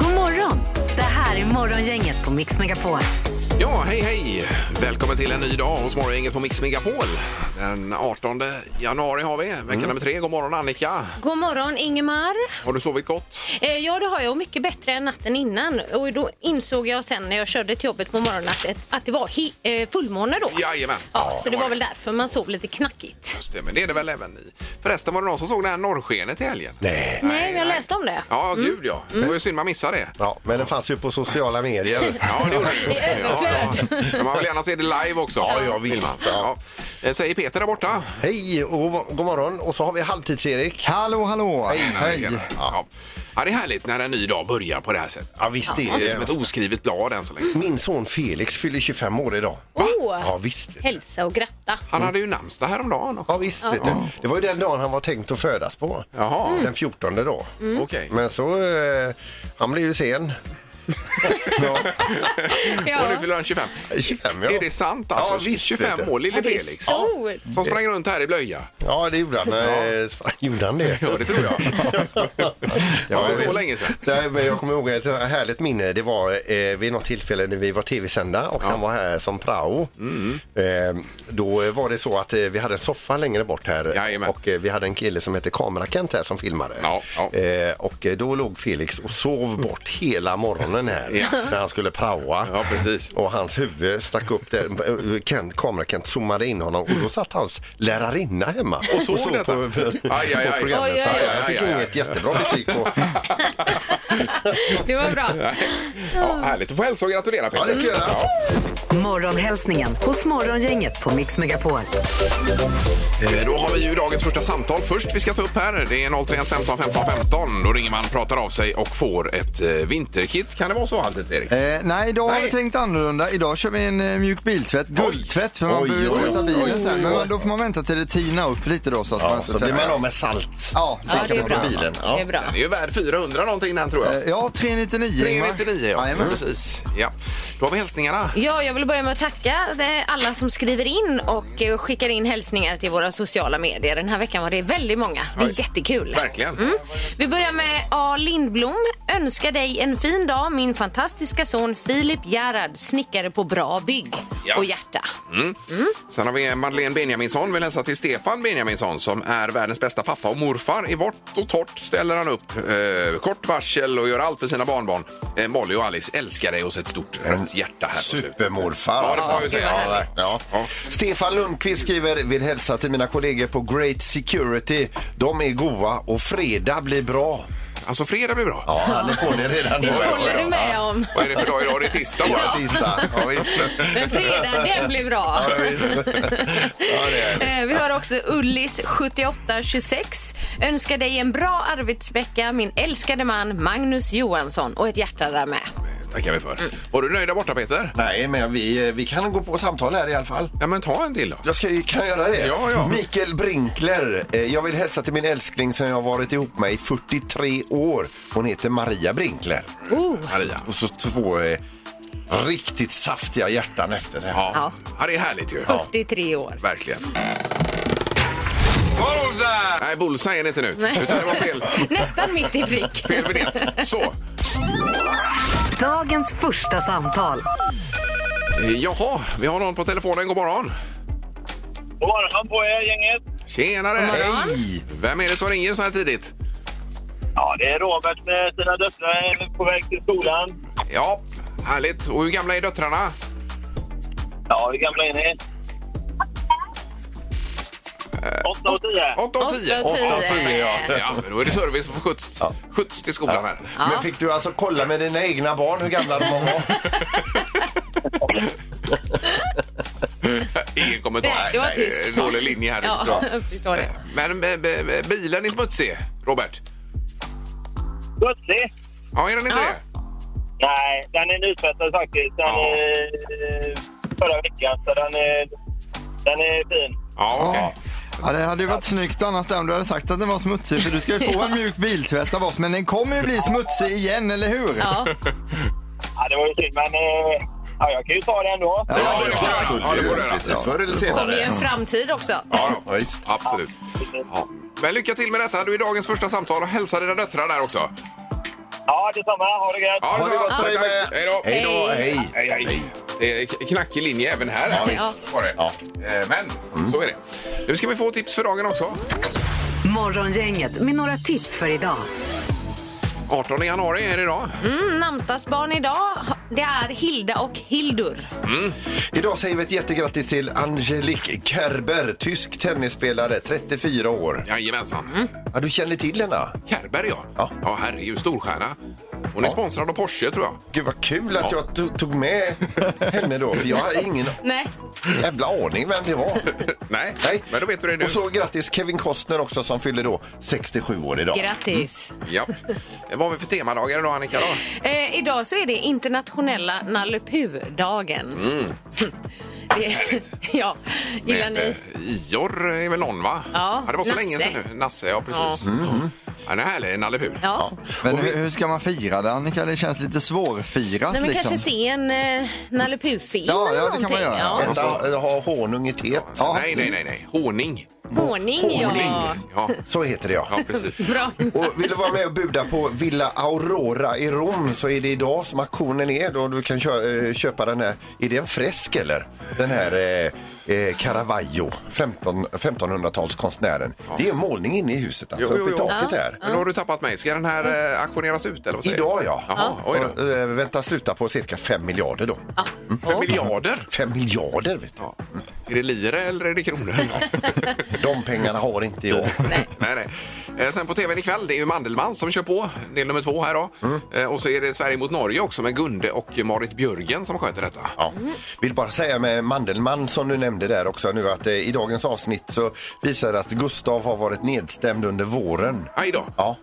God morgon! Det här är Morgongänget på Mix Megapol. Ja, hej hej! Välkommen till en ny dag hos Morgongänget på Mix Megapol. Den 18 januari har vi, vecka nummer tre. God morgon Annika! Mm. God morgon Ingemar. Har du sovit gott? Eh, ja det har jag och mycket bättre än natten innan och då insåg jag sen när jag körde till jobbet på morgonen att, det- att det var he- eh, fullmåne då. Jajamän! Ja, så det var väl det. därför man sov lite knackigt. Just det, men det är det väl även i. Förresten var det någon som såg det här norrskenet i helgen? Nej. Nej, men jag läste Mm. om det. Ja, gud ja. Det var ju synd man missade det. Ja, men den fanns ju på sociala medier. Ja, det gjorde det. I överflöd. Ja, ja. Men man vill gärna se det live också. Ja, ja, visst. Ja. Eh, Säger Peter där borta. Hej och god- god morgon. Och så har vi Halvtids-Erik. Hallå, hallå! Tjena. Ja. ja, det är härligt när en ny dag börjar på det här sättet. Ja, visst Det är är ju som ett det. oskrivet blad än så länge. Min son Felix fyller 25 år idag. Åh, Ja, visst. hälsa och gratta. Han hade ju namnsdag häromdagen också. Ja, visst vet du. Det var ju den dagen han var tänkt att födas på. Jaha. Mm. Mm. Den 14 då. Okej. Men så... Eh, han blev ju sen. ja, Och nu Ja. fyller han 25. 25 ja. Är det sant alltså? Ja, visst, vet 25 du. år, lille Ja, det är Felix. stort. Som sprang runt här i blöja. Ja, det gjorde han. Eh, gjorde han det? Ja, det tror jag. Det var så vet. länge sedan. Nej, men jag kommer ihåg ett härligt minne. Det var eh, vid något tillfälle när vi var tv-sända och han var här som prao. Mm. Eh, då var det så att eh, vi hade en soffa längre bort här Jajamän. och eh, vi hade en kille som hette Kamerakent här som filmade. Ja, ja. Eh, och eh, då låg Felix och sov bort hela morgonen här Ja. när han skulle praoa. Ja, precis. Och hans huvud stack upp där. Kent, Kamerakent zoomade in honom och då satt hans lärarinna hemma och såg såg detta? på, på, Aj, aj, aj. programmet. Oj, Så oj, oj. han fick Aj, aj, aj. inget jättebra betyg på Det var bra. Ja, härligt. Du får hälsa och gratulera Peter. Ja, det ska jag göra. Morgonhälsningen hos Morgongänget på Mix Megapol. Eh, Då har vi ju dagens första samtal först vi ska ta upp här. Det är 031 15 15 15. Då ringer man, pratar av sig och får ett eh, vinterkit. Kan det vara så alltid, Erik? Eh, nej, idag har Nej. vi tänkt annorlunda. Idag kör vi en eh, mjuk biltvätt, guldtvätt, för man Oj, behöver ju oj, tvätta oj, bilen oj, sen. oj. Men då får man vänta till det tinar upp lite då så att man Ja, inte så blir tvättar. man av med salt. Ja, Ja, det är på bra. bilen. Ja. Det är bra. Den är ju värd 400 någonting den tror jag. Eh, Ja, 399. 399 ja. Jajamän. Precis. Ja. Då har vi hälsningarna. Ja, jag vill börja med att tacka eh, alla som skriver in och eh, skickar in hälsningar till våra sociala medier. Den här veckan var det väldigt många. Det Oj. är jättekul. Verkligen. Mm. Vi börjar med A. Lindblom. Önskar dig en fin dag, min fantastiska son Filip Gerhard, snickare på Bra Bygg. Ja. Mm. Och hjärta. Sen har vi Madeleine Benjaminsson. Vill hälsa till Stefan Benjaminsson som är världens bästa pappa och morfar. I vårt och torrt ställer han upp eh, kort varsel och gör allt för sina barnbarn. Eh, Molly och Alice älskar dig och så ett stort rött hjärta här på slutet. Supermorfar. Ja, det får man ju alltså. säga. Ja, verkligen. ja. Ja. Stefan Lundqvist skriver, vill hälsa till mina kollegor på Great Security. De är goa och fredag blir bra. Alltså fredag blir bra. Ja, han är på det redan nu. Det ja, håller ja. du med om. Vad är det för dag idag? Det är tisdag bara. Ja, titta. Ja, visst. Men fredagen, den blir bra. Ja, visst. Ja, det är det. Eh, Vi har också Ullis 7826. Önskar dig en bra arbetsvecka, min älskade man Magnus Johansson. Och ett hjärta där med. tackar vi Mm. för. Var du nöjd där borta Peter? Nej, men vi, vi kan gå på samtal här i alla fall. Ja men ta en till då. Jag ska, ju- kan jag göra det? Ja, ja. Mikael Brinkler. Eh, Jag vill hälsa till min älskling som jag har varit ihop med i 43 år. Hon heter Maria Brinkler. Maria. Och så två eh, riktigt saftiga hjärtan efter det. Ja. ja. Ja. det är härligt ju. 43 år. Verkligen. Nej, bullseye är det inte nu. Nej. Utan det var fel, Nästan mitt i prick. fel vignett. Så. eh, Dagens första samtal. Eh, Jaha, vi har någon på telefonen. God morgon. God morgon på er gänget. Tjenare! Hej! Vem är det som ringer så här tidigt? Ja, det är Robert med sina döttrar på väg till skolan. Ja, härligt. Och hur gamla är döttrarna? Ja, hur gamla är ni? Eh, Åtta och tio. Åtta och Åtta och tio. tio. Åtta och tio, ja. ja. men Då är det service och skjuts, skjuts till skolan här. Men fick du alltså kolla med dina egna barn hur gamla de var? Ingen kommentar. Nej, det var eh, tyst. Dålig linje här. Ja, jag förstår det. Men eh, b- b- bilen är smutsig, Robert. Gudsig. Ja, är den inte Ja. det? Nej, den är nytvättad faktiskt. Den Ja. är eh, förra veckan, så den är, den är fin. Ja, okej. Ja, det hade ju varit snyggt annars där om du hade sagt att den var smutsig för du ska ju få en mjuk biltvätt av oss men den kommer ju bli smutsig igen, eller hur? Ja. Ja, det var ju synd, men eh, ja, jag kan ju ta det ändå. Ja, Ja, det det är får klart. du göra. Ja, det får du göra. Ja. Förr eller Kommer ju senare. en framtid också. Ja, då. Ja, visst. absolut. Ja. Men lycka till med detta. Du är dagens första samtal och hälsa dina döttrar där också. Ja, detsamma. Ha det gött. Ja, Ha det gott, tack, hej tack. med. Hej då. Hej. Ja, hej. Hej, hej. Det är knackig linje även här. Ja. Var det. Eh, Men så är det. Nu ska vi få tips för dagen också. Morgongänget med några tips för idag. 18 januari är det idag. Mm, namnsdagsbarn idag. Det är Hilda och Hildur. Idag säger vi ett jättegrattis till Angelique Kerber, tysk tennisspelare, 34 år. Jajamensan. Mm. Ja, du känner till henne? Kerber, ja. Ja. Ja, herregud. Storstjärna. Hon är sponsrad av Porsche, tror jag. Gud vad kul att Ja. jag to- tog med henne då, för jag har ingen Nej, jävla aning vem det var. Nej, Nej. men då vet vi det nu. Och så grattis Kevin Costner också som fyller då 67 år idag. grattis. Ja. Vad har vi för temadagar idag, Annika? Då? Eh, idag så är det internationella Nalle dagen Mm. ja, gillar Eh, ni? Ior är väl någon, va? Ja, det var så Nasse. länge sedan nu. Nasse, ja precis. Ja. Han är härlig, Nalle Puh. Ja. Men hur, hur ska man fira det Annika? Det känns lite svårfirat Nej, men kanske liksom. se en eh, Nalle Puh-film Ja, eller ja, det kan någonting. man göra. Ja. Äta, ha honung i teet. Ja. Nej, nej, nej, nej. Honung. Ordning, ja. Honung. Ja. Så heter det ja. ja, precis. Bra. Och vill du vara med och buda på Villa Aurora i Rom så är det idag som auktionen är. Då du kan kö- eh, köpa den här, är det en fresk eller? Den här eh, eh, Caravaggio, 15, 1500-talskonstnären. Det är en målning inne i huset alltså, Jo, jo, uppe i jo. taket här. Men då har du tappat mig. Ska den här eh, auktioneras ut? Eller vad säger Idag du? ja. Jaha, oj då. Och, eh, vänta sluta på cirka 5 miljarder då. För miljarder? 5 miljarder vet du. Ja. Är det lire eller är det kronor? De pengarna har inte jag. nej. nej, nej. Eh, Sen på tvn ikväll, det är ju Mandelmann som kör på. Del nummer två här då. Mm. Eh, Och så är det Sverige mot Norge också med Gunde och Marit Björgen som sköter detta. Ja. Vill bara säga med Mandelmann som du nämnde där också nu att eh, i dagens avsnitt så visar det att Gustav har varit nedstämd under våren. Aj då. Ja.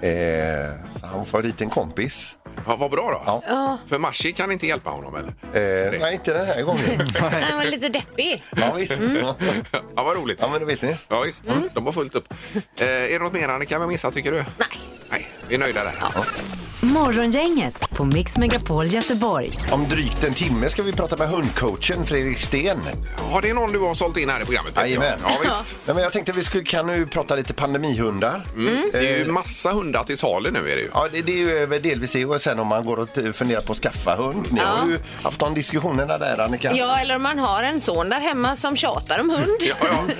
Eh, så han får dit en kompis. Ja, vad bra då. Ja. För Mashi kan inte hjälpa honom eller? Eh, nej, inte den här gången. Den var lite deppig. ja, visst. ja, vad roligt. ja, men Mm. då vet ni. Ja, visst. De har fullt upp. Eh, är det något mer Annika vi har missat tycker du? Nej. Nej, vi är nöjda där. Morgongänget på Mix Megapol Göteborg. Om drygt en timme ska vi prata med hundcoachen Fredrik Sten. Ja, det är någon du har sålt in här i programmet. Peter. Jajamän. Ja, visst. Mm. Nej, men jag tänkte vi skulle, kan nu prata lite pandemihundar. Det är ju massa hundar till salu nu är det ju. Ja, det, det är ju eh, väl delvis det. Och sen om man går och t- funderar på att skaffa hund. Ni har ju haft de diskussionerna där, Annika. Ja, eller om man har en son där hemma som tjatar om hund. Ja,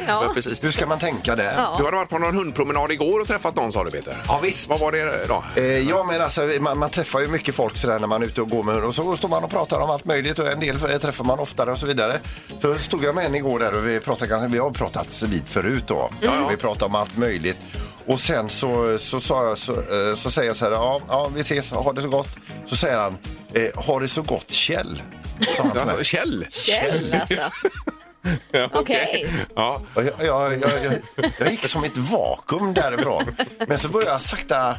ja. Men precis. Hur ska man tänka där? Du hade varit på någon hundpromenad igår och träffat någon sa du Peter. Ja, visst. Vad var det då? Eh, ja, men alltså, man, man träffar ju mycket folk sådär när man är ute och går med hund. Och så står man och pratar om allt möjligt och en del eh, träffar man oftare och så vidare. Så stod jag med henne igår där och vi, pratade, ganska- vi har pratat vid förut då. Vi pratade om allt möjligt. Och sen så, så, sa jag, så, eh, så säger jag så här, ja, ja vi ses, ha det så gott. Så säger han, eh, ha det så gott Kjell. Sa han till mig. Alltså, Kjell? Käll alltså. Ja, Okej. Ja. Och Jag, jag, jag, jag, jag gick som ett vakuum därifrån. Men så började jag sakta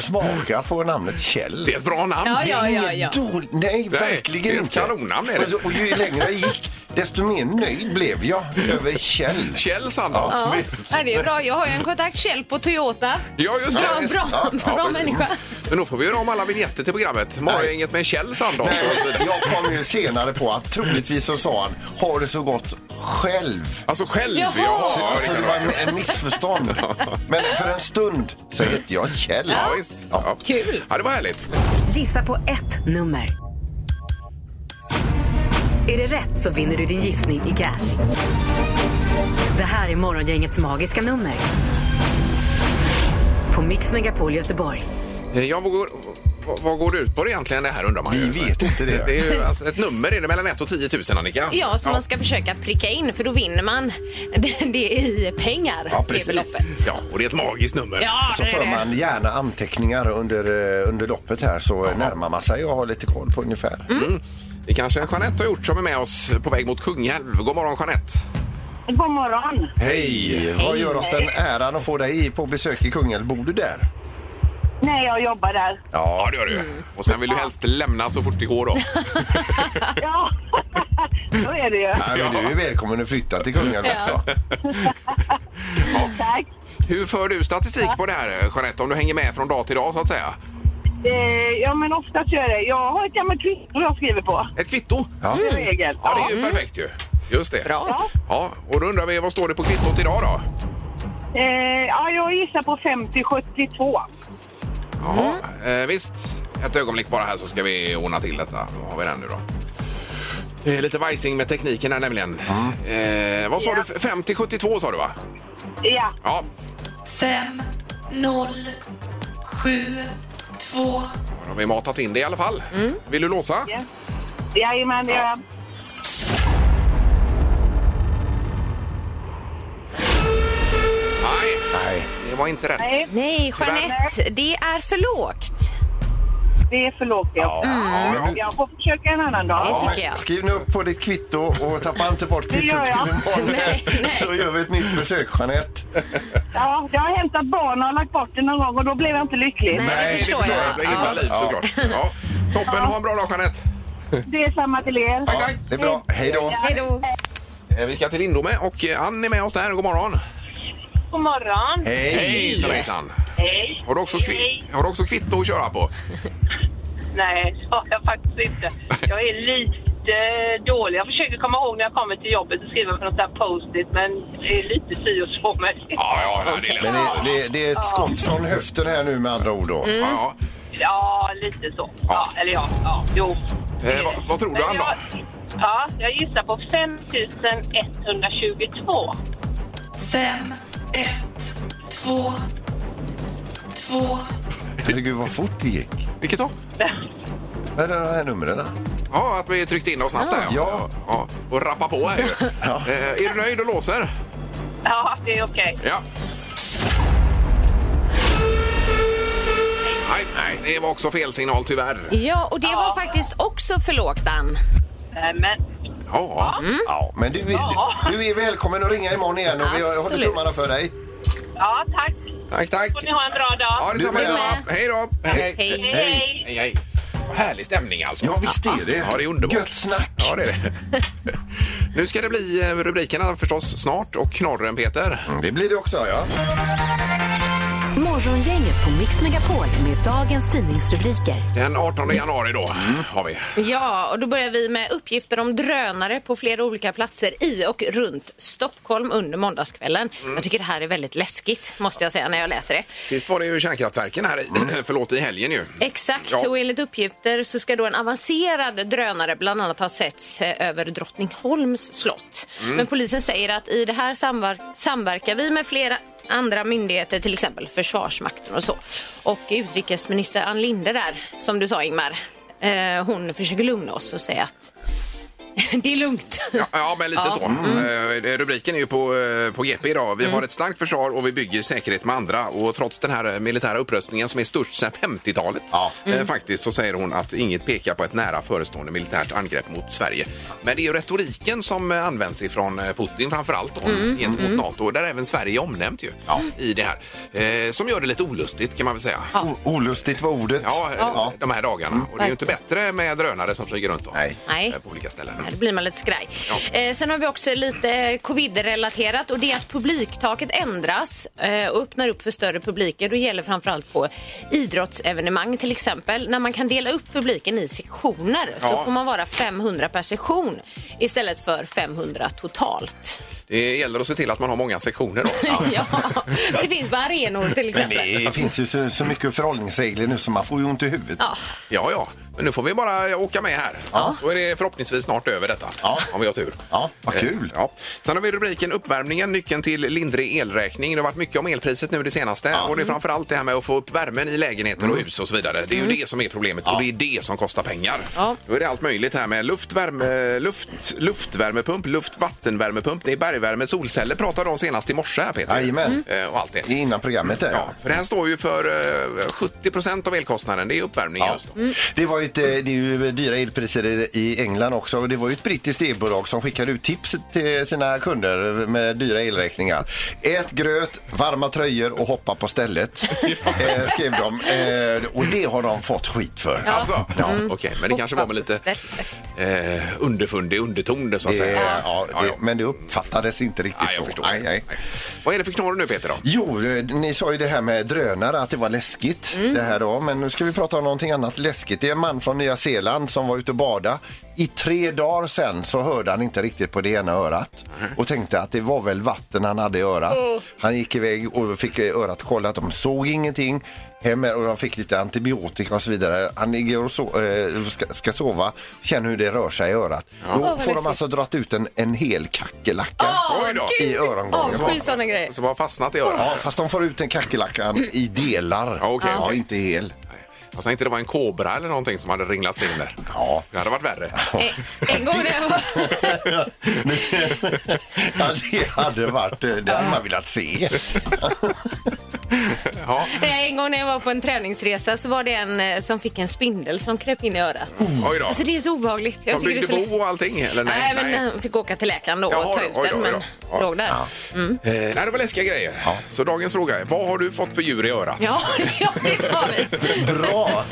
smaka på namnet Kjell. Det är ett bra namn. Ja, ja, ja, ja. Dålig, nej, verkligen det är ett inte. kanonnamn, är det. Och, och ju längre jag gick, desto mer nöjd blev jag över Kjell. Kjell Sandholt. Ja. Ja. Ja, det är bra. Jag har ju en kontakt Kjell på Toyota. just det. Bra, Just- bra, ja, ja, bra precis. människa. Men då får vi göra om alla vignetter till programmet. Morgongänget med Kjell Sandholt. Alltså, Nej, jag kom ju senare på att troligtvis så sa han har det så gott själv. Alltså själv, Jaha. Så, ja. alltså, det var en, en missförstånd. Men för en stund så hette jag Kjell. Ja, visst. Ja. Kul. Ja, det var härligt. Gissa på ett nummer. Är det rätt så vinner du din gissning i cash. Det här är Morgongängets magiska nummer. På Mix Megapol Göteborg. Eh, Ja, vad, går, vad, vad går det ut på det egentligen det här undrar man Vi ju. vet inte det. det är ju, alltså, ett nummer är det mellan 1 och 10 000 Annika. Ja, som man ska försöka pricka in för då vinner man det- det i pengar. Ja, det precis. beloppet. Ja, och det är ett magiskt nummer. Ja, Så det är för det. man gärna anteckningar under, eh, under loppet här så närmar man sig och har lite koll på ungefär. Mm. Mm. Det kanske Jeanette har gjort som är med oss på väg mot Kungälv. God morgon Jeanette. God morgon. Hej! Vad gör oss den äran att få dig på besök i Kungälv? Bor du där? Nej, jag jobbar där. Ja, det gör du. Och sen vill du helst lämna så fort det går då. Ja, så är det ju. Nej, men du är välkommen att flytta till Kungälv också. Tack. Hur för du statistik på det här, Jeanette? Om du hänger med från dag till dag så att säga. Eh, ja, men oftast gör jag det. Jag har ett gammalt kvitto jag skriver på. Ett kvitto? Ja. Det är regel. Ja, det är ju perfekt ju. Just det. Bra. Ja, och då undrar vi, vad står det på kvittot idag då? Eh, ja, jag gissar på 50-72. Jaha, eh, visst. Ett ögonblick bara här så ska vi ordna till detta. Då har vi den nu då. Det är lite vajsing med tekniken här nämligen. Eh, vad sa Ja. du? 50-72 sa du va? Ja, Ja, 5, 0, 7, 2. då har vi matat in det i alla fall. Vill du låsa? Ja. jajamän, det gör jag. Nej, Nej. det var inte rätt. Nej, Nej, Jeanette, det är för lågt. det är för lågt. Ja. Jag får försöka en annan dag. Det Mm. tycker jag. Skriv nu upp på ditt kvitto och tappa inte bort Det kvittot gör jag. till imorgon. Nej, nej. Så gör vi ett nytt försök, Jeanette. Ja, jag har hämtat barn och lagt bort det någon gång och då blev jag inte lycklig. Nej, det förstår jag. Det är himla liv såklart. Ja. Toppen, ha en bra dag Jeanette. Det är samma till er. Ja, det är bra. Hej då. Hej då. Eh, Vi ska till Lindome och eh, Ann är med oss där. God morgon. God morgon. Hej. Hejsan hejsan. Hej. Har du också, kvi- har du också kvitto att köra på? Nej, det har jag faktiskt inte. Jag är lite dålig. Jag försöker komma ihåg när jag kommer till jobbet och skriva på något där post-it, men det är lite si och så med det. Ja, ja, Mm. nej, det Men är lätt. det, det, det är ett skott från höften här nu med andra ord. Då. Ja, ja. Ja, lite så. Ja, eller ja, ja jo. Eh, vad, vad tror du Men Ann då? jag, ja, jag gissar på 5122. 5, 1, 2, 2. Herregud, vad fort det gick. Vilket då? Vad är det de här numren? Ja, att vi tryckte in dem snabbt där. Ja. ja. Och rappa på här ju. Eh, är du nöjd och låser? Ja, det är okej. Ja. Nej, nej, det var också fel signal tyvärr. Ja, och det var faktiskt också för lågt, Ann. Nej, Eh, Men Ja, Ja, men du, är- du är välkommen att ringa imorgon igen och vi håller Absolut. tummarna för dig. ja, tack. tack, tack. Får ni ha en bra dag. Ja, detsamma. Du med. detsamma. Hej då. Hej, Hej. Hej. hej. hej. Vad Härlig stämning alltså. Ja, visst är det. Ja, det är underbart. Gött snack. Ja, det är det. nu ska det bli eh, rubrikerna förstås snart och knorren Peter. Mm, Det blir det också, ja. Morgongänget på Mix Megapol med dagens tidningsrubriker. Den 18 januari då Mm. har vi. Ja, och då börjar vi med uppgifter om drönare på flera olika platser i och runt Stockholm under måndagskvällen. Jag tycker det här är väldigt läskigt, måste jag säga, när jag läser det. Sist var det ju kärnkraftverken här, i- förlåt, i helgen ju. Exakt, Ja. och enligt uppgifter så ska då en avancerad drönare bland annat ha setts eh, över Drottningholms slott. Mm. Men polisen säger att i det här samver samverkar vi med flera andra myndigheter, till exempel Försvarsmakten och så. Och utrikesminister Ann Linde där, som du sa Ingmar, eh, hon försöker lugna oss och säga att det är lugnt. Ja, ja, men lite så. Eh, Rubriken är ju på, eh, på GP idag. Vi har ett starkt försvar och vi bygger säkerhet med andra. Och trots den här eh, militära upprustningen som är störst sedan 50-talet eh, faktiskt så säger hon att inget pekar på ett nära förestående militärt angrepp mot Sverige. Men det är ju retoriken som eh, används ifrån eh, Putin framför allt då, gentemot Nato där även Sverige är omnämnt ju i det här. Eh, Som gör det lite olustigt kan man väl säga. Ja. O- olustigt var ordet. eh, de här dagarna. Och det är ju inte bättre med drönare som flyger runt då, Nej. Nej. eh, på olika ställen. Ja, det blir man lite skraj. Eh, sen har vi också lite covid-relaterat och det är att publiktaket ändras eh, och öppnar upp för större publiker. Det gäller framförallt på idrottsevenemang till exempel. När man kan dela upp publiken i sektioner Ja. så får man vara 500 per sektion istället för 500 totalt. Det gäller att se till att man har många sektioner då. Ja, det finns på arenor till Men exempel. det finns ju så, så mycket förhållningsregler nu så man får ju ont i huvudet. Ja, Ja, ja. Men nu får vi bara åka med här. Ja. Då är det förhoppningsvis snart över detta. Ja. Om vi har tur. Ja, vad Eh, kul. Ja. Sen har vi rubriken Uppvärmningen, nyckeln till lindrig elräkning. Det har varit mycket om elpriset nu det senaste. Och det är framförallt det här med att få upp värmen i lägenheter Mm. och hus och så vidare. Det är ju det som är problemet och det är det som kostar pengar. Ja. Då är det allt möjligt här med luftvärme, luft, luftvärmepump, luftvattenvärmepump, det är bergvärme, solceller pratade de om senast i morse här Peter. Jajamän. Eh, Och allt det. Det är Innan programmet där. Ja, för det här står ju för eh, 70 av elkostnaden, det är uppvärmning Ja. just då. Mm. Det var ju lite, det är ju dyra elpriser i- i England också. Och Det var ju ett brittiskt elbolag som skickade ut tips till sina kunder med dyra elräkningar. Ät gröt, varma tröjor och hoppa på stället, eh, skrev de. Eh, och det har de fått skit för. Alltså, Mm. Okej, men det kanske var med lite eh, underfundig underton där, så att Det, säga. ja, Ja, ja. det, men det uppfattades inte riktigt Nej, så. jag förstår. Nej, nej. Vad är det för knorr nu Peter då? Jo, eh, ni sa ju det här med drönare, att det var läskigt. Mm. Det här då, men nu ska vi prata om någonting annat läskigt. Det är en man från Nya Zeeland som var ute och bada. I tre dagar sen så hörde han inte riktigt på det ena örat och tänkte att det var väl vatten han hade i örat. Mm. Han gick iväg och fick eh, örat kollat. De såg ingenting. Hem och de fick lite antibiotika och så vidare. Han ligger och so- eh, ska, ska sova, känner hur det rör sig i örat. Åh, Då vad får de läskigt. alltså dra ut en, en hel kackerlacka Oj då. i örongången. Avskyr sådana grejer. Som har fastnat i örat? Ja, fast de får ut en kackerlacka i delar. Ja, okej, ja, okej. inte hel. Jag tänkte det var en kobra eller någonting som hade ringlat till där. Ja. Det hade varit värre. Eh, En gång när jag var- ja, det hade varit... eh, Det hade man velat se. Ja. Nej, En gång när jag var på en träningsresa så var det en eh, som fick en spindel som kröp in i örat. Oj då. Alltså det är så obehagligt. Jag De tycker det är byggde så läskigt. bo och allting? Eller nej? Nej, men han fick åka till läkaren då och Jaha, då. ta ut Oj då, den, oj men då. Ja. låg där. Ja, Eh, nej, det var läskiga grejer. Så dagens fråga är, vad har du fått för djur i örat? ja, det tar vi. Bra!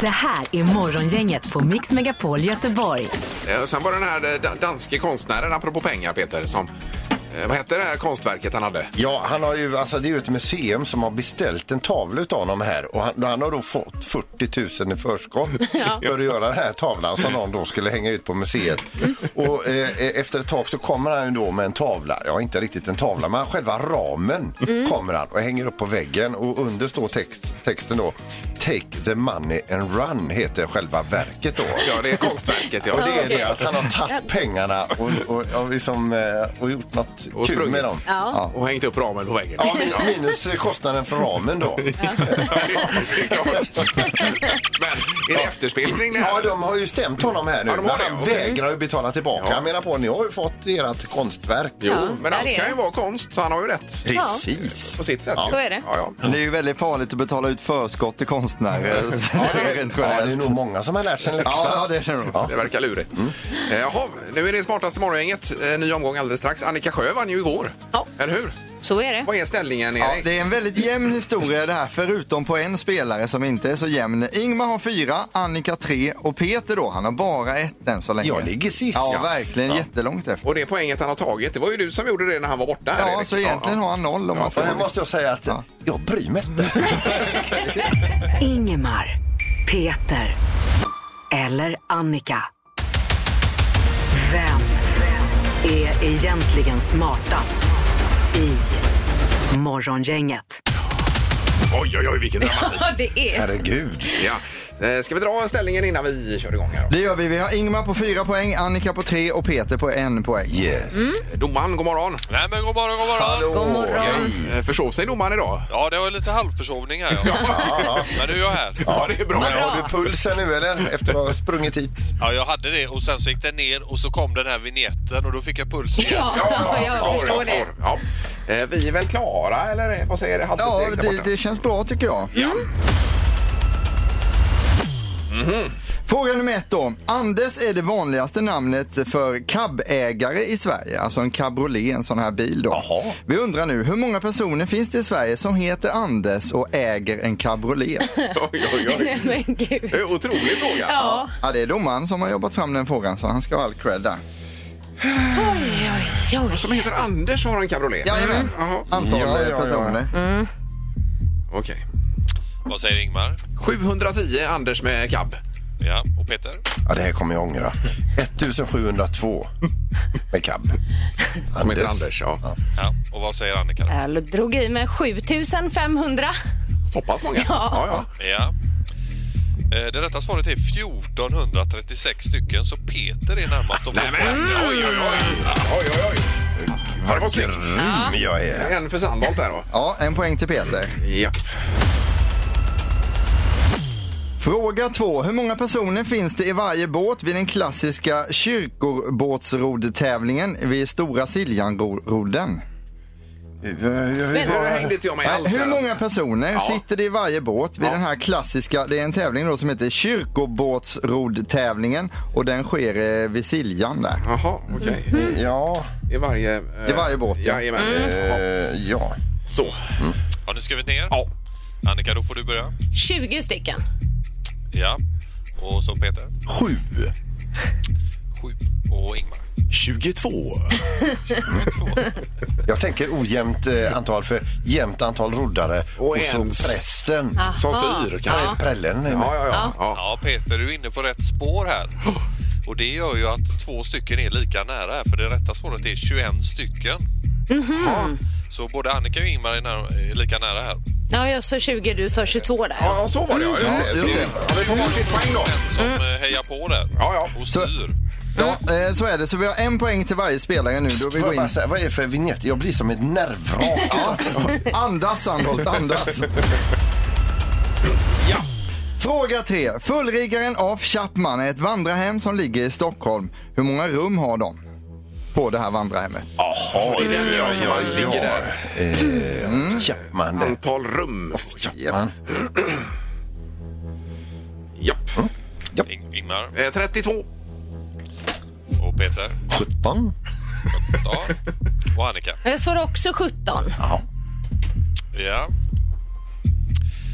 Det här är Morgongänget på Mix Megapol Göteborg. Eh, och sen var det den här eh, da- danske konstnären, apropå pengar Peter, som... Eh, vad hette det här konstverket han hade? Ja, han har ju, alltså det är ju ett museum som har beställt en tavla utav honom här och han, han har då fått 40 000 i förskott för att göra den här tavlan som någon då skulle hänga ut på museet. Och eh, eh, efter ett tag så kommer han ju då med en tavla, ja inte riktigt en tavla, men själva ramen kommer han och hänger upp på väggen och under står text, texten då Take the money and run heter själva verket då. Ja, det är konstverket ja. Och det är det att han har tagit pengarna och, och, och, liksom, eh, och gjort något Och kul sprungit. med dem. Ja. Och hängt upp ramen på väggen. Ja, min- minus kostnaden för ramen då. det är klart. Men är det efterspel kring det här? Ja, de har ju stämt honom här nu. Ja, de har men det, han okej. vägrar ju betala tillbaka. Ja. Han menar på, ni har ju fått ert konstverk. Jo, Ja, men där allt är kan det. ju vara konst, så han har ju rätt. Precis. På sitt sätt. Så är det. Ja, ja. Det är ju väldigt farligt att betala ut förskott till konstnärer. Så det är rent Ja, det är generellt. nog många som har lärt sig en läxa. Ja, det är det nog. Ja. Det verkar lurigt. Eh, Jaha, nu är det smartaste morgongänget. Eh, Ny omgång alldeles strax. Annika Sjö vann ju igår. Ja. Eller hur? Så är det. Vad är ställningen, Ja, Erik? det är en väldigt jämn historia det här, förutom på en spelare som inte är så jämn. Ingmar har fyra, Annika tre och Peter då, han har bara ett än så länge. Jag ligger sist. Ja, Ja. verkligen jättelångt efter. Och det poänget han har tagit, det var ju du som gjorde det när han var borta. här, Ja, Erik. så egentligen har han noll om man ska Och sen säga. måste jag säga att Ja. jag bryr mig inte. Ingemar, Peter eller Annika. Vem är egentligen smartast i Morgongänget? Oj, oj, oj, vilken dramatik. Ja, det är Herregud. ja. Eh, Ska vi dra ställningen innan vi kör igång? Här? Det gör vi. Vi har Ingmar på fyra poäng, Annika på tre och Peter på en poäng. Yes. då. Mm. Domaren, god morgon. Nej men god morgon, god morgon. God morgon. Hej. Eh, Försov sig domaren idag? Ja, det var lite halvförsovning här. Ja. Men nu är jag här. Ja, det är bra. Men har du pulsen nu eller? Efter att ha sprungit hit. Ja, jag hade det och sen så gick den ner och så kom den här vignetten och då fick jag puls igen. Ja, jag förstår det. Ja. Eh, Vi är väl klara, eller vad säger det? Halvt Ja, steg där det, borta. det känns bra tycker jag. Ja. Mhm. Fråga nummer ett då. Anders är det vanligaste namnet för cabägare i Sverige, alltså en cabriolet, en sån här bil då. Jaha. Vi undrar nu, hur många personer finns det i Sverige som heter Anders och äger en cabriolet? Oj, oj, Nej, oj. men gud. Det är en otrolig fråga. Ja, ja, det är domaren som har jobbat fram den frågan så han ska ha all cred där. Som heter Anders har en cabriolet? Mm. Jajamän, Jaha. antal Ja, ja, ja. personer. Okej. Vad säger Ingmar? 710 Anders med cab. Ja, och Peter? Ja, det här kommer jag ångra. 1702 med cab. Som heter Anders, ja. Ja, och vad säger Annika? Då? jag Äh, drog i med 7500. Så pass många? Ja. ja, Ja. Eh, Det rätta svaret är 1436 stycken, så Peter är närmast att få Nej, men poäng. oj, oj, oj. Oj, oj, oj. Ja, Det var Vad snyggt. grym jag är. En för Sandholt där då. Ja, en poäng till Peter. Japp. Fråga två. Hur många personer finns det i varje båt vid den klassiska kyrkorbåtsrodtävlingen vid Stora Siljanrodden? Men- Nu hängde inte jag med Nej, alls Hur här. många personer Ja. sitter det i varje båt vid den här klassiska, det är en tävling då som heter kyrkobåtsroddtävlingen och den sker eh, vid Siljan där. Jaha, okej. Mhm. Ja. Eh, I varje... eh, I varje båt, ja. Jajamän. Mm. Eh, Ja. Så. Har ni skrivit ner? Ja. Annika, då får du börja. 20 stycken. Ja. Och så Peter. Sju. Sju. Och Ingmar. 22. Jag tänker ojämnt eh, antal för jämnt antal roddare och, så en s- prästen som Aha. styr, kanske. Nej, prällen. är med. Ja, ja, ja. ja. Ja, Peter, du är inne på rätt spår här. Och det gör ju att två stycken är lika nära här, för det rätta svaret är 21 stycken. Så både Annika och Ingmar är, nära, är lika nära här. Ja, jag sa 20, du sa 22 där. Ja, ja, så var det ja. Ja, Just just det. det. Ja, vi får varsitt poäng då. Som eh, hejar på där Ja, ja. och Så- styr. Ja, eh, så är det. Så vi har en poäng till varje spelare nu då vi Får jag går in. bara säga, vad är det för vignett? Jag blir som ett nervvrak. Andas Sandholt, andas. Ja. Fråga 3. Fullriggaren af Chapman är ett vandrarhem som ligger i Stockholm. Hur många rum har de på det här vandrarhemmet? Jaha, det är den jag som man ligger där. Mm. Eh, Chapman. där. Antal rum. Chapman. Japp. Ing- Ingmar Eh, 32. och Peter. 17. Ja. Och Annika. Jag svarade också 17. Ja.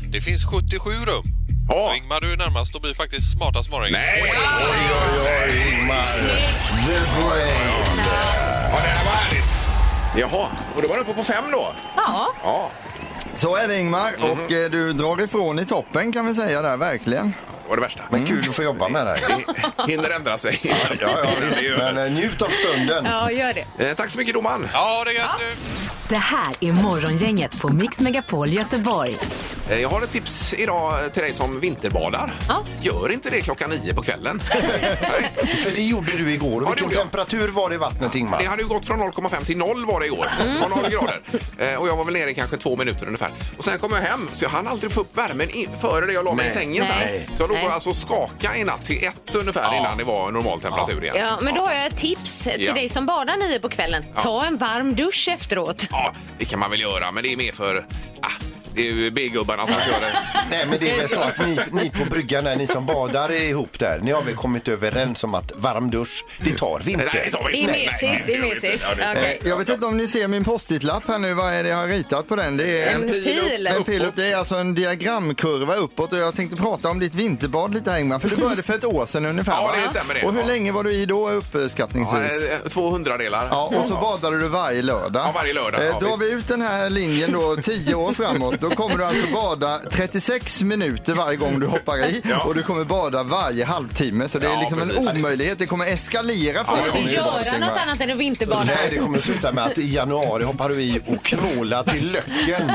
Det finns 77 rum. Ja. Och Ingmar, du är närmast och blir faktiskt smartast morgon. Nej! Oj, oj, oj, Ja, det här var härligt. Jaha, och då var du uppe på fem då? Ja, Ja. Så är det Ingmar och Mm. eh, du drar ifrån i toppen kan vi säga där verkligen. Mm. Det var det värsta. Men kul att få jobba med det här. Det Hinner ändra sig. Ja, ja, Det är ju- visst. Men eh, njut av stunden. ja gör det. Eh, Tack så mycket domaren. Ja, det är gött nu. Det här är Morgongänget på Mix Megapol Göteborg. Eh, Jag har ett tips idag eh, till dig som vinterbadar. Ja. Gör inte det klockan nio på kvällen. Nej. För det gjorde du igår. det Och vilken gjorde jag. temperatur var det i vattnet, Det Ingmar? hade ju gått från 0,5 till 0 var det igår. Mm. Av noll grader. Eh, Och jag var väl nere i kanske två minuter ungefär. Och sen kom jag hem så jag hann aldrig få upp värmen i- före det jag la mig i Nej. sängen sen. Nej. Så jag låg Nej. och alltså och skakade i natt till ett ungefär innan det var normal temperatur igen. Ja, men då har jag ett tips till Ja. dig som badar nio på kvällen. Ta en varm dusch efteråt. Ja, det kan man väl göra, men det är mer för... Ah, det är ju B-gubbarna som kör det. Nej, men det är väl så att ni, ni på bryggan, där, ni som badar är ihop där, ni har väl kommit överens om att varm dusch, det tar vi inte. Nej, det tar vi Det är inte. Nej, nej, mesigt, nej, det är gör vi inte. mesigt. Ja, det- Okej. Eh, Jag vet inte om ni ser min post-it-lapp här nu, vad är det jag har ritat på den? Det är En pil. En pil upp. Det är alltså en diagramkurva uppåt och jag tänkte prata om ditt vinterbad lite här, Ingmar, för du började för ett år sedan ungefär Ja, va? det stämmer det. Och hur Ja. länge var du i då uppskattningsvis? Ja, eh, Två hundradelar. Ja, och så badade du varje lördag. Eh, Ja, varje lördag, ja, drar visst. vi ut den här linjen då 10 år framåt, då kommer du alltså bada 36 minuter varje gång du hoppar i och du kommer bada varje halvtimme. Så det är Ja, liksom precis. en omöjlighet. Det kommer eskalera för Ja, dig. det Får kommer om vi du är göra bassing, något va? annat än att vinterbada? Nej, det kommer sluta med att i januari hoppar du i och krålar till löcken.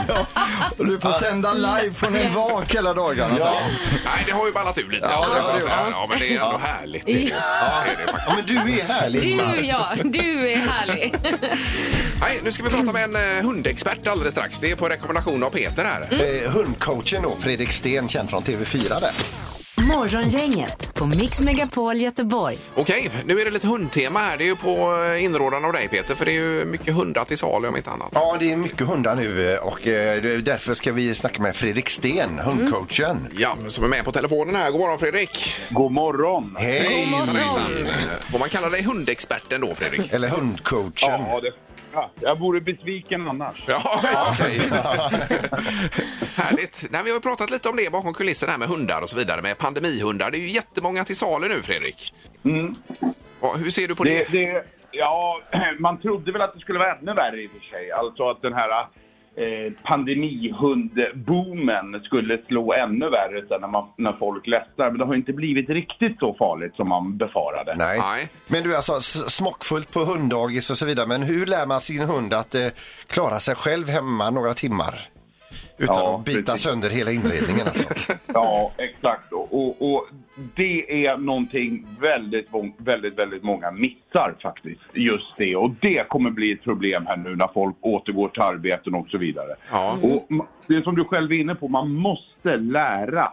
Och du får sända live från en vak hela dagarna. Ja. Nej, det har ju ballat ur lite. Ja, det kan har man det säga. gjort. ja, men det är ändå härligt. Det är- det är det faktiskt. Ja, men du är härlig, Du Ingmar. ja, du är härlig. Nej, nu ska vi prata med en eh, hundexpert alldeles strax. Det är på rekommendation av Peter här. Eh, hundcoachen då, Fredrik Sten, känd från TV4 där. Morgongänget på Mix Megapol Göteborg. Okej, nu är det lite hundtema här. Det är ju på eh, inrådan av dig Peter, för det är ju mycket hundar till salu om inte annat. Ja, det är mycket hundar nu eh, och eh, det- därför ska vi snacka med Fredrik Sten, hundcoachen. Ja, som är med på telefonen här. God morgon Fredrik! God morgon! Hej! Hejsan, hejsan. Eh, Får man kalla dig hundexperten då Fredrik? Eller hundcoachen. Ja, det, ja, jag vore besviken annars. Ja, okej. Härligt. Nej, vi har ju pratat lite om det bakom kulisserna här med hundar och så vidare, med pandemihundar. Det är ju jättemånga till salu nu Fredrik. Ja, hur ser du på det? Det, det, ja, man trodde väl att det skulle vara ännu värre i och för sig. Alltså att den här eh, pandemihundboomen skulle slå ännu värre sen när, man, när folk lättar. Men det har inte blivit riktigt så farligt som man befarade. Nej. Nej. Men du, alltså s- smockfullt på hunddagis och så vidare. Men hur lär man sin hund att eh, klara sig själv hemma några timmar? Utan Ja, att bita precis. sönder hela inredningen alltså. Ja, exakt. Och, och, och det är någonting väldigt, må- väldigt, väldigt många missar faktiskt. Just det. Och det kommer bli ett problem här nu när folk återgår till arbeten och så vidare. Ja. Och ma- det är som du själv är inne på, man måste lära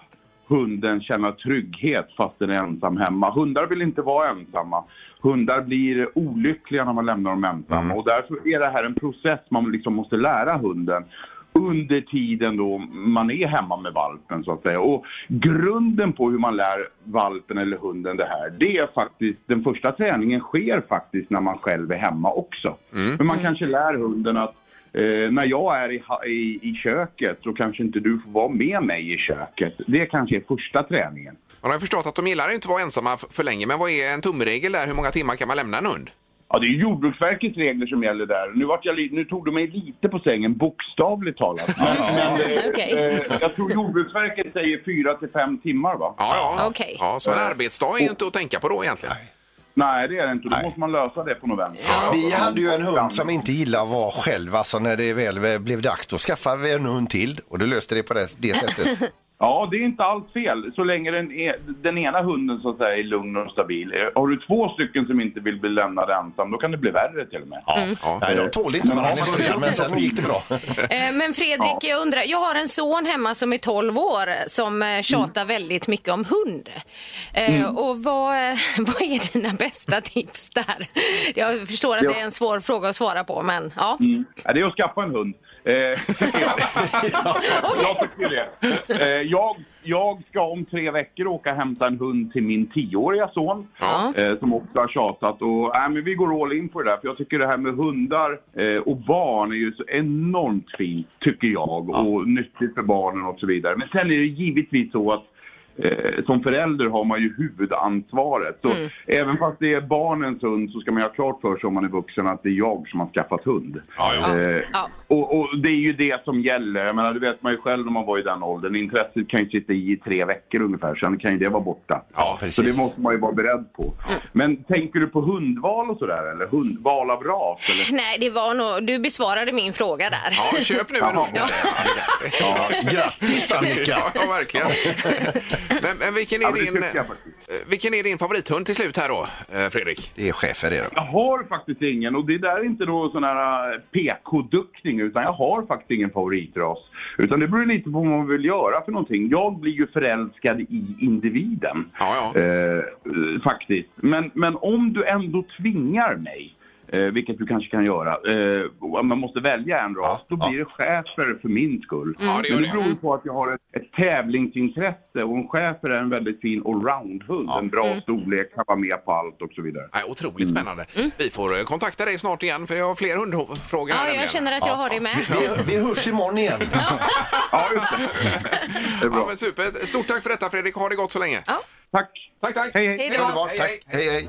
hunden känna trygghet fast den är ensam hemma. Hundar vill inte vara ensamma. Hundar blir olyckliga när man lämnar dem ensamma och därför är det här en process man liksom måste lära hunden under tiden då man är hemma med valpen så att säga. Och grunden på hur man lär valpen eller hunden det här, det är faktiskt, den första träningen sker faktiskt när man själv är hemma också. Mm. Men man kanske lär hunden att eh, när jag är i, ha- i, i köket så kanske inte du får vara med mig i köket. Det kanske är första träningen. Man har ju förstått att de gillar inte att vara ensamma f- för länge, men vad är en tumregel där? Hur många timmar kan man lämna en hund? Ja, det är Jordbruksverkets regler som gäller där. Nu, vart jag, li- nu tog du mig lite på sängen, bokstavligt talat. Men, men, Okej. eh, jag tror Jordbruksverket säger fyra till fem timmar va? Ja, ja. Okej. ja så en Eh, arbetsdag är ju inte att tänka på då egentligen. Nej, det är det inte. Då måste man lösa det på november. Vi hade ju en hund som inte gillade att vara själv. Alltså när det väl blev dags då skaffade vi en hund till och det löste det på det, det sättet. Ja, det är inte alls fel. Så länge den, är, den ena hunden så att säga, är lugn och stabil. Eh, Har du två stycken som inte vill bli lämnade ensam, då kan det bli värre till och med. Ja. Nej, de tålde inte varandra i början men sen gick det bra. Eh, Men Fredrik, jag undrar, jag har en son hemma som är 12 år som eh, tjatar väldigt mycket om hund. Eh, Och vad, eh, vad är dina bästa tips där? Jag förstår att Ja. det är en svår fråga att svara på, men ja. Ja, det är att skaffa en hund. Eh, jag fick till det. Eh, jag, jag ska om tre veckor åka och hämta en hund till min tioåriga son. Ja. Eh, som också har tjatat. Och, äh, men vi går all in på det där. För jag tycker det här med hundar eh, och barn är ju så enormt fint, tycker jag. Och nyttigt för barnen och så vidare. Men sen är det givetvis så att Eh, som förälder har man ju huvudansvaret. Så Även fast det är barnens hund så ska man ju ha klart för sig om man är vuxen att det är jag som har skaffat hund. Ja, ja. Eh, Ja. och, och det är ju det som gäller. Jag menar, det vet man ju själv när man var i den åldern. Intresset kan ju sitta i i tre veckor ungefär, sen kan ju det vara borta. Ja, precis. Så det måste man ju vara beredd på. Men tänker du på hundval och sådär eller? Hundval av ras eller? Nej, det var nog, du besvarade min fråga där. Ja, köp nu en hund. Ja, Grattis Annika! ja, verkligen. Men, men vilken, är Ja, men det din, tycker jag faktiskt. eh, vilken är din favorithund till slut här då, eh, Fredrik? Det är chefer det. är de. Jag har faktiskt ingen och det där är inte någon sån här eh, PK-duckning utan jag har faktiskt ingen favoritras. Utan det beror lite på vad man vill göra för någonting. Jag blir ju förälskad i individen. Ja, Mm. ja. Eh, eh, faktiskt. Men, men om du ändå tvingar mig, eh, vilket du kanske kan göra, eh, och man måste välja en ras, då blir det schäfer för min skull. Ja, det gör men det. det beror på att jag har ett, ett tävlingsintresse och en schäfer är en väldigt fin allroundhund. En bra Mm. storlek, kan vara med på allt och så vidare. Nej, otroligt Mm. spännande. Vi får eh, kontakta dig snart igen för jag har fler hundfrågor. här Mm. Ja, jag nämligen. känner att jag har det med. Vi, vi hörs imorgon igen. Ja, just det. det är Ja, bra. men super. Stort tack för detta Fredrik. Ha det gott så länge. Ja. Tack! Tack, tack. Hej, hej! Hej då. Underbart, tack. Hej, hej.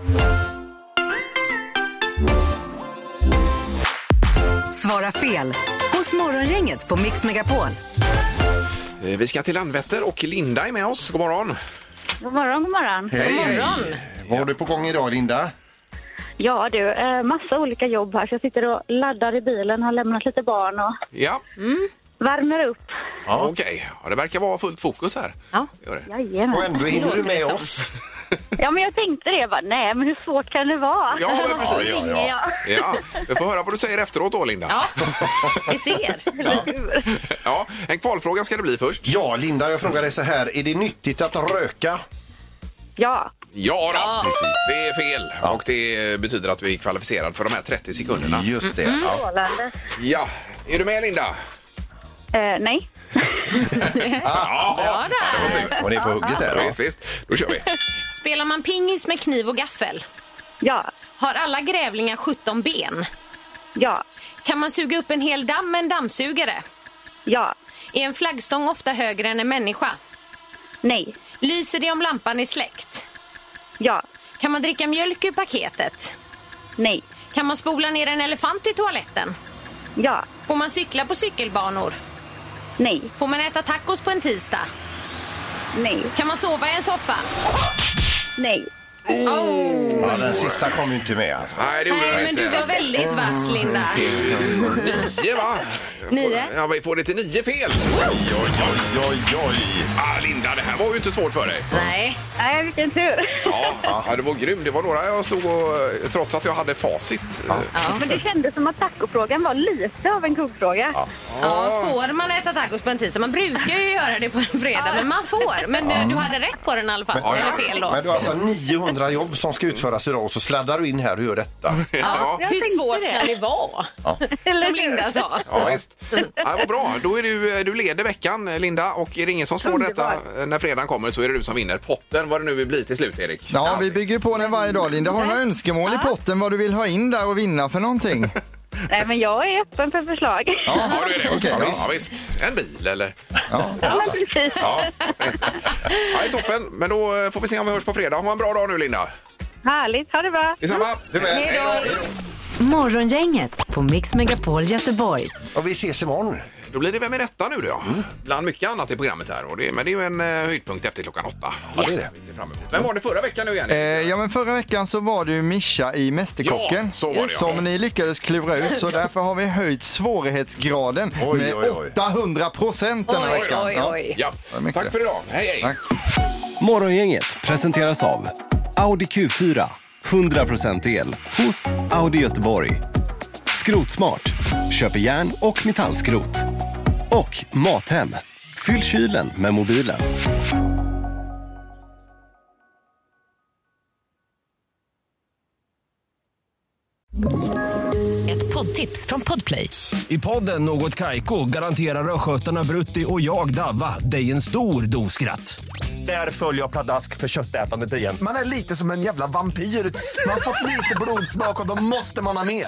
Svara fel hos Morgongänget på Mix Megapol. Eh, Vi ska till Landvetter och Linda är med oss. God morgon. God morgon, god morgon. Hej. Morgon. Vad har du på gång idag Linda? Ja du, eh, massa olika jobb här så jag sitter och laddar i bilen, har lämnat lite barn och Ja, värmer upp. okej. Ja, det verkar vara fullt fokus här. Ja. Gör det. Och Jajamän. ändå hinner du låter med det som. oss. Ja men jag tänkte det, jag bara, nej men hur svårt kan det vara? Ja, men precis. Ja, ja. Ja, vi får höra vad du säger efteråt då, Linda. Ja, vi ser. Ja, en kvalfråga ska det bli först. Ja, Linda, jag frågar dig så här. Är det nyttigt att röka? ja. Ja, då. det är fel. Och det betyder att vi är kvalificerad för de här 30 sekunderna. Just det. Ja. strålande. Ja, är du med Linda? Eh, nej. Ja, där. Och det är på hugget där. Visst, visst. Då kör vi. Spelar man pingis med kniv och gaffel? Ja. Har alla grävlingar 17 ben? Ja. Kan man suga upp en hel damm med en dammsugare? Ja. Är en flaggstång ofta högre än en människa? Nej. Lyser det om lampan är släckt? Ja. Kan man dricka mjölk ur paketet? Nej. Kan man spola ner en elefant i toaletten? Ja. Får man cykla på cykelbanor? Nej. Får man äta tacos på en tisdag? Nej. Kan man sova i en soffa? Nej. Ja, den sista kom ju inte med alltså. Nej, det gjorde Nej, jag men inte. du var väldigt vass, Linda. Nio, va? Nio. Ja, vi får det till nio fel. Oj, oj, oj, oj, oj. Ah, Linda, det här var ju inte svårt för dig. Nej. Nej, vilken tur. Ja, ja, det var grym. Det var några jag stod och... eh, Trots att jag hade facit. Ja. Men det kändes som att tacofrågan var lite av en kuggfråga. Ja, får man äta tacos på en tisdag? Man brukar ju göra det på en fredag, men man får. Men eh, du hade rätt på den i alla fall. Eller fel då. Men du har alltså 900 jobb som ska utföras idag och så sladdar du in här och gör detta. Ja, hur svårt kan det vara? Som Linda sa. Ja, visst. Ja, vad bra. Då är du, du leder veckan, eh, Linda. Och är det ingen som slår detta eh, när fredagen kommer så är det du som vinner potten, vad det nu vill bli till slut, Erik. Ja, vi bygger på den varje dag, Linda. Har du några önskemål i potten vad du vill ha in där och vinna för någonting? Nej, men jag är öppen för förslag. Ja, du är det. Okej, ja, ja, visst. En bil, eller? Ja, men precis. Ja. ja, det är toppen. Men då eh, får vi se om vi hörs på fredag. Ha en bra dag nu, Linda. Härligt, ha det bra. Detsamma. Du med. Hej då. Morgongänget på Mix Megapol Göteborg. Och vi ses imorgon. Då blir det Vem är detta nu då? Bland mycket annat i programmet här. Och det, men det är ju en eh, höjdpunkt efter klockan åtta. Ja, det är det. Vi ser fram emot. Vem var det förra veckan nu igen? Eh, ja, men förra veckan så var det ju Mischa i Mästerkocken Ja, så var det, ja. som ni lyckades klura ut. Så därför har vi höjt svårighetsgraden Oj, med oj, oj. 800 procent den här Oj, veckan. oj, Ja. oj. Ja, det är mycket. tack för idag. Hej, hej. Tack. Morgongänget presenteras av Audi Q4. 100% el hos Audi Göteborg. Skrotsmart. Köper järn och metallskrot. Och Mathem. Fyll kylen med mobilen. Ett poddtips från Podplay. I podden Något Kaiko garanterar östgötarna Brutti och jag, Davva, dig en stor dos skratt. Där följer jag pladask för köttätandet igen. Man är lite som en jävla vampyr. Man har fått lite blodsmak och då måste man ha mer.